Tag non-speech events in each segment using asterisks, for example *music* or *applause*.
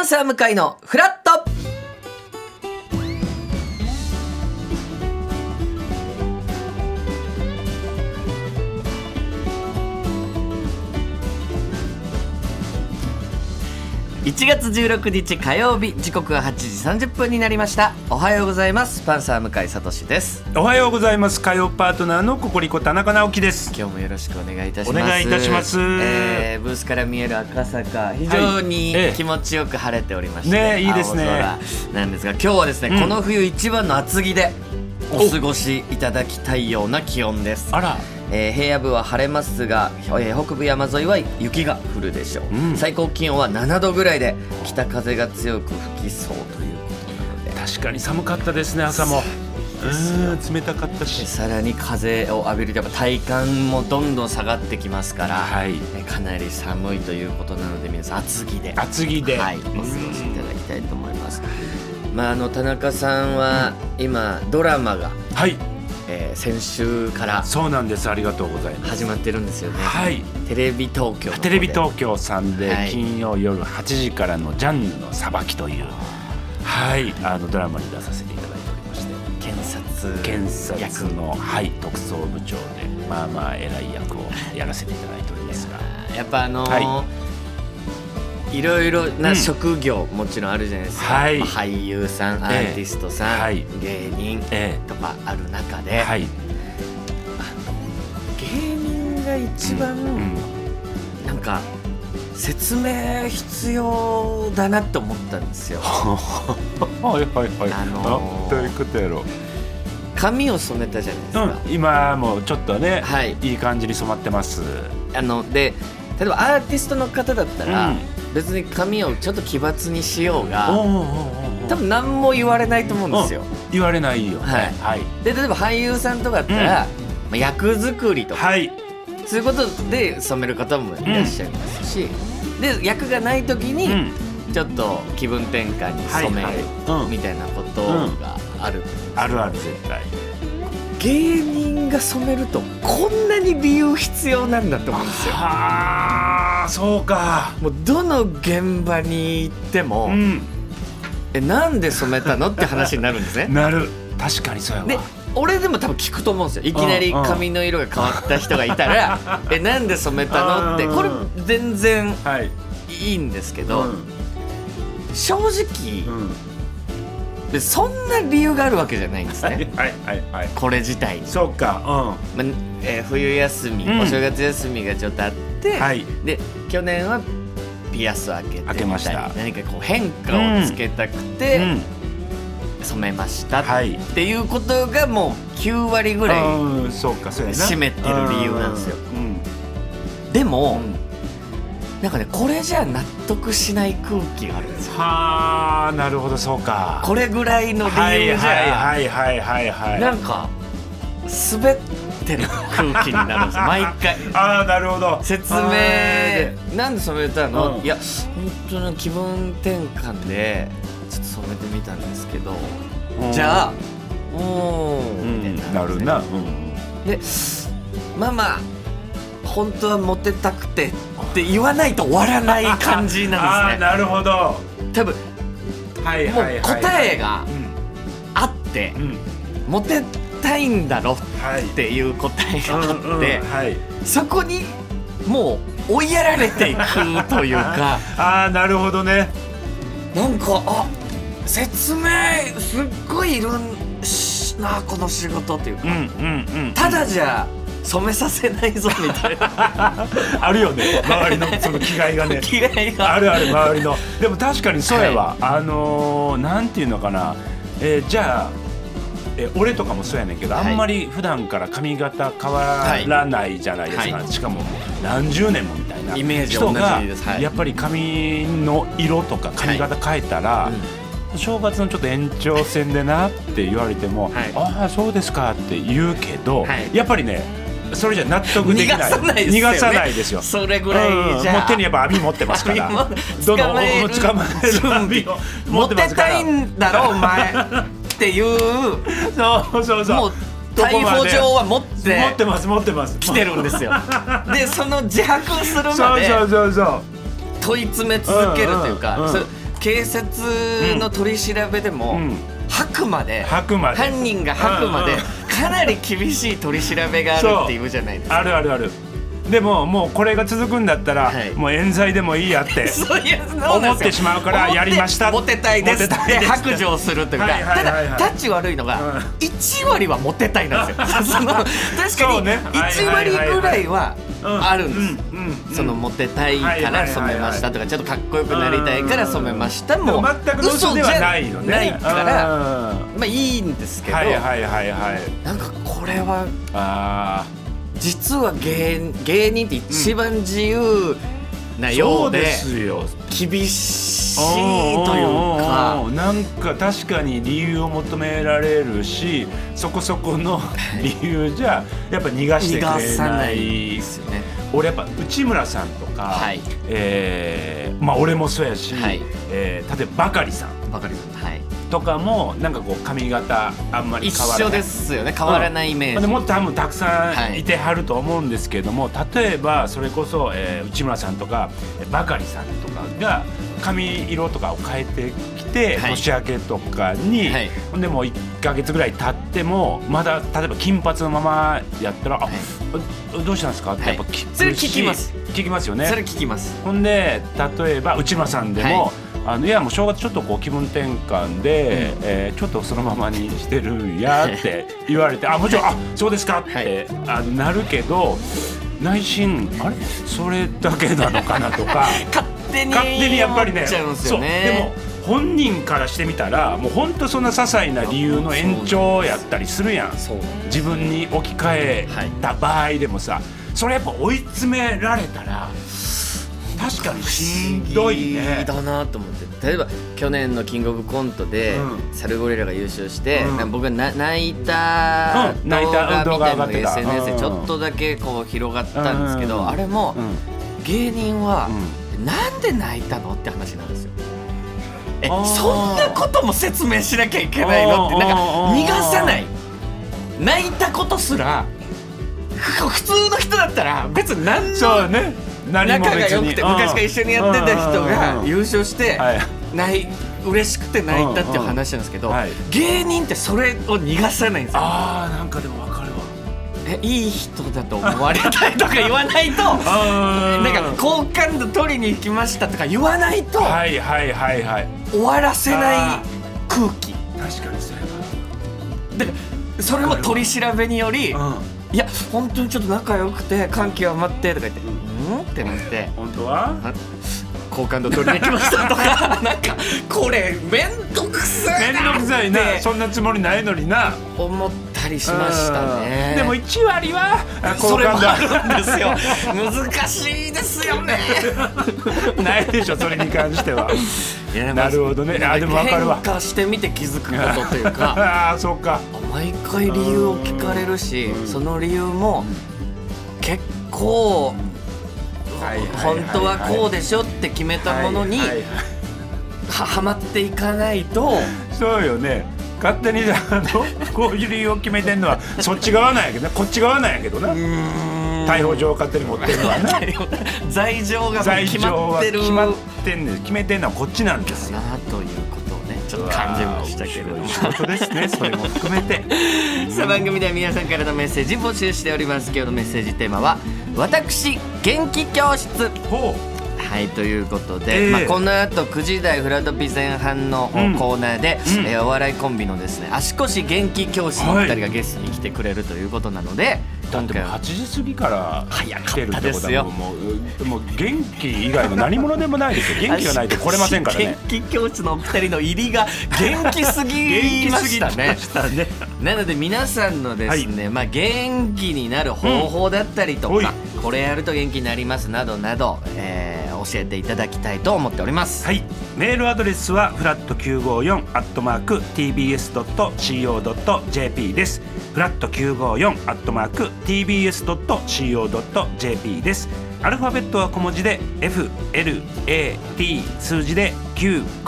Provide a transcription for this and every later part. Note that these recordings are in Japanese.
ンサー向かいのフラット1月16日火曜日時刻は8時30分になりましたおはようございますパンサー向井聡ですおはようございます火曜パートナーのココリコ田中直樹です今日もよろしくお願いいたしますお願いいたしますえーブースから見える赤坂非常にええ気持ちよく晴れておりまして、ねいいですね青空なんですが今日はですね、うんこの冬一番の厚着でお過ごしいただきたいような気温ですあらえー平野部は晴れますが、えー北部山沿いは雪が降るでしょう、うん最高気温は7度ぐらいで北風が強く吹きそうということなので確かに寒かったですね朝もうーん冷たかったしさらに風を浴びるとやっぱ体感もどんどん下がってきますから、はえいーかなり寒いということなので皆さん厚着で厚着で、はい、お過ごしいただきたいと思います。まあ、あの田中さんは今ドラマが、はいえー先週からそうなんですありがとうございます始まってるんですよね。はいテレビ東京の方でテレビ東京さんではい金曜夜8時からの「ジャンヌのさばき」というはいあのドラマに出させていただいておりまして検察検察役のはい特捜部長でまあまあ偉い役をやらせていただいておりますがやっぱあのー、はいろいろうなん職業もちろんあるじゃないですか、はいまあ俳優さんアええーティストさん、はい芸人えとかある中えで、はい芸人が一番、うんなんか説明必要だなって思ったんです *laughs* よ。はいはいはい。あのーあどういうことやろう。髪を染めたじゃないですか、うん、今もうちょっとね、はいいい感じに染まってます。あので例えばアーティストの方だったら、うん別に髪をちょっと奇抜にしようおうおがうおうおう多分何も言われないと思うんですよ、言われないよね。はいはいで例えば俳優さんとかだったら、まあ、役作りとか、はいそういうことで染める方もいらっしゃいますし、で役がない時うにんちょっと気分転換に染める、はいはいうんみたいなことがある、あるある絶対。芸人が染めるとこんなに理由必要なんだと思うんですよはあそうか。もうどの現場に行っても、うんえなんで染めたのって話になるんです *laughs* ねなる確かにそうやわ。で俺でも多分聞くと思うんですよいきなり髪の色が変わった人がいた *laughs* ら「えなんで染めたの?」ってうんこれ全然はい。いいんですけうど、ん正う直んでそんな理由があるわけじゃないんですはい *laughs* ねはいはいはい。これ自体に、そうかまあえー冬休み、うんお正月休みがちょっとあって、うんはいで去年はピアスを開けてみ開けました何かこう変化をつけたくて、うん染めましたっはい。ていうことがもう9割ぐらいうんそうかそうやな。占めてる理由なんですようん。でも、うんなんかねこれじゃ納得しない空気があるんですよはあなるほどそうか。これぐらいの理由じゃはいはいはいはいはい、なんか滑ってる空気になるんですよ毎回ああなるほど説あー明なんで染めたの、うんいや本当に気分転換でちょっと染めてみたんですけど、うんじゃあもううみたいんななるな、うん、でママ本当はモテたくてって言わないと終わらない感じなん *laughs* ああでーすねなるほどは多分いもうはいはい答えがうんあってうんモテたいんだろっはいていう答えがうんうあんってはいそこにもう追いやられていくというかああなるほどねなんかあ説明すっごいいるんしなこの仕事っていうかう *laughs* んうんうんただじゃ染めさせないぞみたいなあるよね周りのその気概がね気概があるある周りのでも確かにそうやわ、あのー、なんていうのかな、えーじゃあ、えー俺とかもそうやねんけど、はいあんまり普段から髪型変わらないじゃないですか、はいしかももう何十年もみたいなイメージ人同がじですはいやっぱり髪の色とか髪型変えたら、正月のちょっと延長戦でなって言われても、はいああそうですかって言うけど、はいやっぱりねそれじゃ納得できない逃がさないですよね逃がさないですよそれぐらいじゃうんもう手にやっぱ網持ってますから網もどの捕まえる捕まえる網を持モってテますかたらいんだろお前っていうそう *laughs* そうそうもうどこ逮ま捕で状は持っ持っててます持ってます来てるんですよでその自白するそまうでそうそうそう問い詰め続けるといううんうんかうんそれ警察の取り調べでも、うん吐くまで吐くまで犯人が吐くまで、うんうんかなり厳しい取り調べがあるっていうじゃないですかあるあるあるでももうこれが続くんだったら、はいもう冤罪でもいいやっ *laughs* てそういうの思ってしまうからやりましたモテたいですってモテたいです白状するというかはいはいはいはいただタッチ悪いのうんが1割はモテたいなんですよその確かそうにね1割ぐらいはあるんですううんうんそのモテたいはいかはいはいらはい染めましたとかちょっとかっこよくなりたいから染めましたもうで全く嘘嘘でじはゃないよねないからうんまあいいんですけどはいはいはいはいなんかこれはあ実は芸芸人って一番自由なーようでそうですよ厳しいというか。おーおーおーおーなんか確かに理由を求められるしそこそ *laughs* この理由じゃやっぱ逃がして逃がくれないさないですよね。俺やっぱ内村さんとか、はいえーまあ、俺もそうやし、はいえー例えばバカリさんわかります。はい。とかもなんかこう髪型あんまり一変わらない緒ですよね。変わらないイメージ。でもっと多分たくさはんいいてはると思うんですけれども、例えばそれこそ、えー内村さんとかえーバカリさんとかが髪色とかを変えてきて、はい年明けとかに、はいほんでもう1か月ぐらい経ってもまだ例えば金髪のままやったら「あはいおどうしたんですか?」ってやっぱ聞くし、それ聞きます聞きますよねそれ聞きます。ほんで例えば内村さんでも、はいあのいやもう正月ちょっとこう気分転換で、えーちょっとそのままにしてるんやって言われてあもちろんあそうですかって、はいあのなるけど内心あれそれだけなのかな *laughs* とか勝手に勝手にやっぱりね思っちゃうんですそようね。でも本人からしてみたらもう本当そんな些細な理由の延長やったりするやん。そう自分に置き換えた場合でもさ、それやっぱ追い詰められたら確かにしんどいねだなと思って例えば去年の「キングオブコント」で、うんサルゴリラが優勝して、うんなんか僕がな泣いたうん動画泣みいたたいな動画上のがっがてた SNS うんでちょっとだけこう広がったんですけど、うんあれも、う芸人は、なんで泣いたのって話なんですよ。えあーそんなことも説明しなきゃいけないのってなんかあー逃がさない泣いたことすらふ普通の人だったら別に何ん、のそうね何も仲が別良にくて昔から一緒にやってた人が優勝してはい泣い嬉しくて泣いたっていう話なんですけど、うんうんはい芸人ってそれを逃がさないんですよあーなんかでも分かるわえいい人だと思われたいとか言わないと *laughs* あなんか好感度取りに行きましたとか言わないとはいはいはいはい終わらせない空気確かにそれだからそれも取り調べにより「は、うん、いや本当にちょっと仲良くて感極まって」とか言って「うん?」ってなって。本当は好感度取りに来ましたとか *laughs* なんかこれ面倒くさい面な倒くさいなってそんなつもりないのにな思ったりしましたねうんでも1割はあそ好れも感度ああるるんですよ難しいですよね *laughs* ないでしょそれに関しては *laughs* なるほどねあでも分かるわ変化してみて気づくことというか *laughs* ああそうか毎回理由を聞かれるしその理由も結構本当はこうでしょって決めたものにはいはいはいははまっていかない *laughs* とそうよね勝手にあのこういう理由を決めてんのはそっち側なんやけどなこっち側なんやけどな逮捕状を勝手に持 *laughs* ってるのはな罪状が罪決状まっはてる決まってんねん決めてんのはこっちなんですよなあということをねちょっと感じましたけれどうもわー面白い仕事です *laughs* ねそれも含めてさあ番組では皆さんからのメッセージ募集しております今日のメッセージテーマは「私元気教室ほ」はいということで、ええまあ、この後9時台フラドピ前半のうんコーナーで、うんえーお笑いコンビのですね足腰元気教室のお二人がゲストに来てくれるということなので、うだってもう8時過ぎから早か来ってるったてでことすはよもうもうもう元気以外の何者でもないですよ元気がないと来れませんからね元気教室のお二人の入りが元気 *laughs* すぎましたね元気すぎましたね *laughs* なので皆さんのですね、まあ元気になる方法だったりとうんおいか、これやると元気になりますなどなど、えー教えていただきたいと思っております。はい、メールアドレスはフラット954アットマーク tbs ドット co ドット jp です。フラット954アットマーク tbs ドット co ドット jp です。アルファベットは小文字で F L A T 数字で954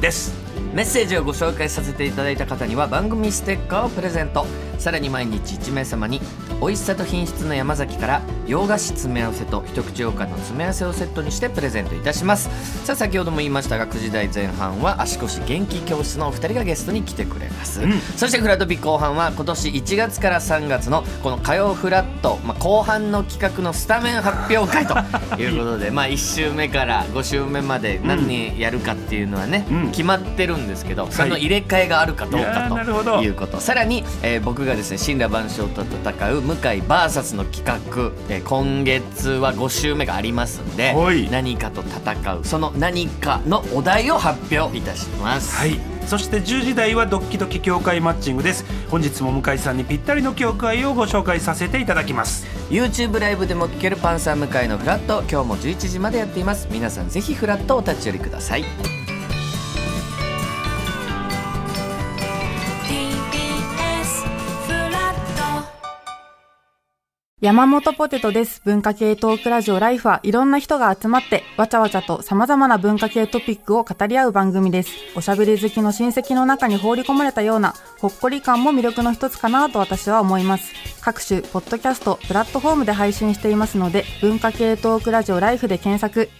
です。メッセージをご紹介させていただいた方には番組ステッカーをプレゼントさらに毎日1名様に美味しさと品質の山崎から洋菓子詰め合わせと一口ようかんの詰め合わせをセットにしてプレゼントいたしますさあ先ほども言いましたが9時台前半は足腰元気教室のお二人がゲストに来てくれます、うんそしてフラトビ後半は今年1月から3月のこの火曜フラット、まあ、後半の企画のスタメン発表会ということで *laughs* まあ1週目から5週目まで何やるかっていうのはね、うん決まってるんですけどその入れ替えがあるかどういやかーなるほとどいうことさらに、えー僕がですね神羅万象と戦う向井 VS の企画、えー今月は5週目がありますんでほい何かと戦うその何かのお題を発表いたします。はいそして10時台はドッキドキ協会マッチングです本日も向井さんにぴったりの協会をご紹介させていただきます YouTube ライブでも聴けるパンサー向井のフラット今日も11時までやっています皆さんぜひフラットお立ち寄りください TBS フラット山本ポテトです。文化系トークラジオライフはいろんな人が集まって、わちゃわちゃと様々な文化系トピックを語り合う番組です。おしゃべり好きの親戚の中に放り込まれたような、ほっこり感も魅力の一つかなと私は思います。各種、ポッドキャスト、プラットフォームで配信していますので、文化系トークラジオライフで検索、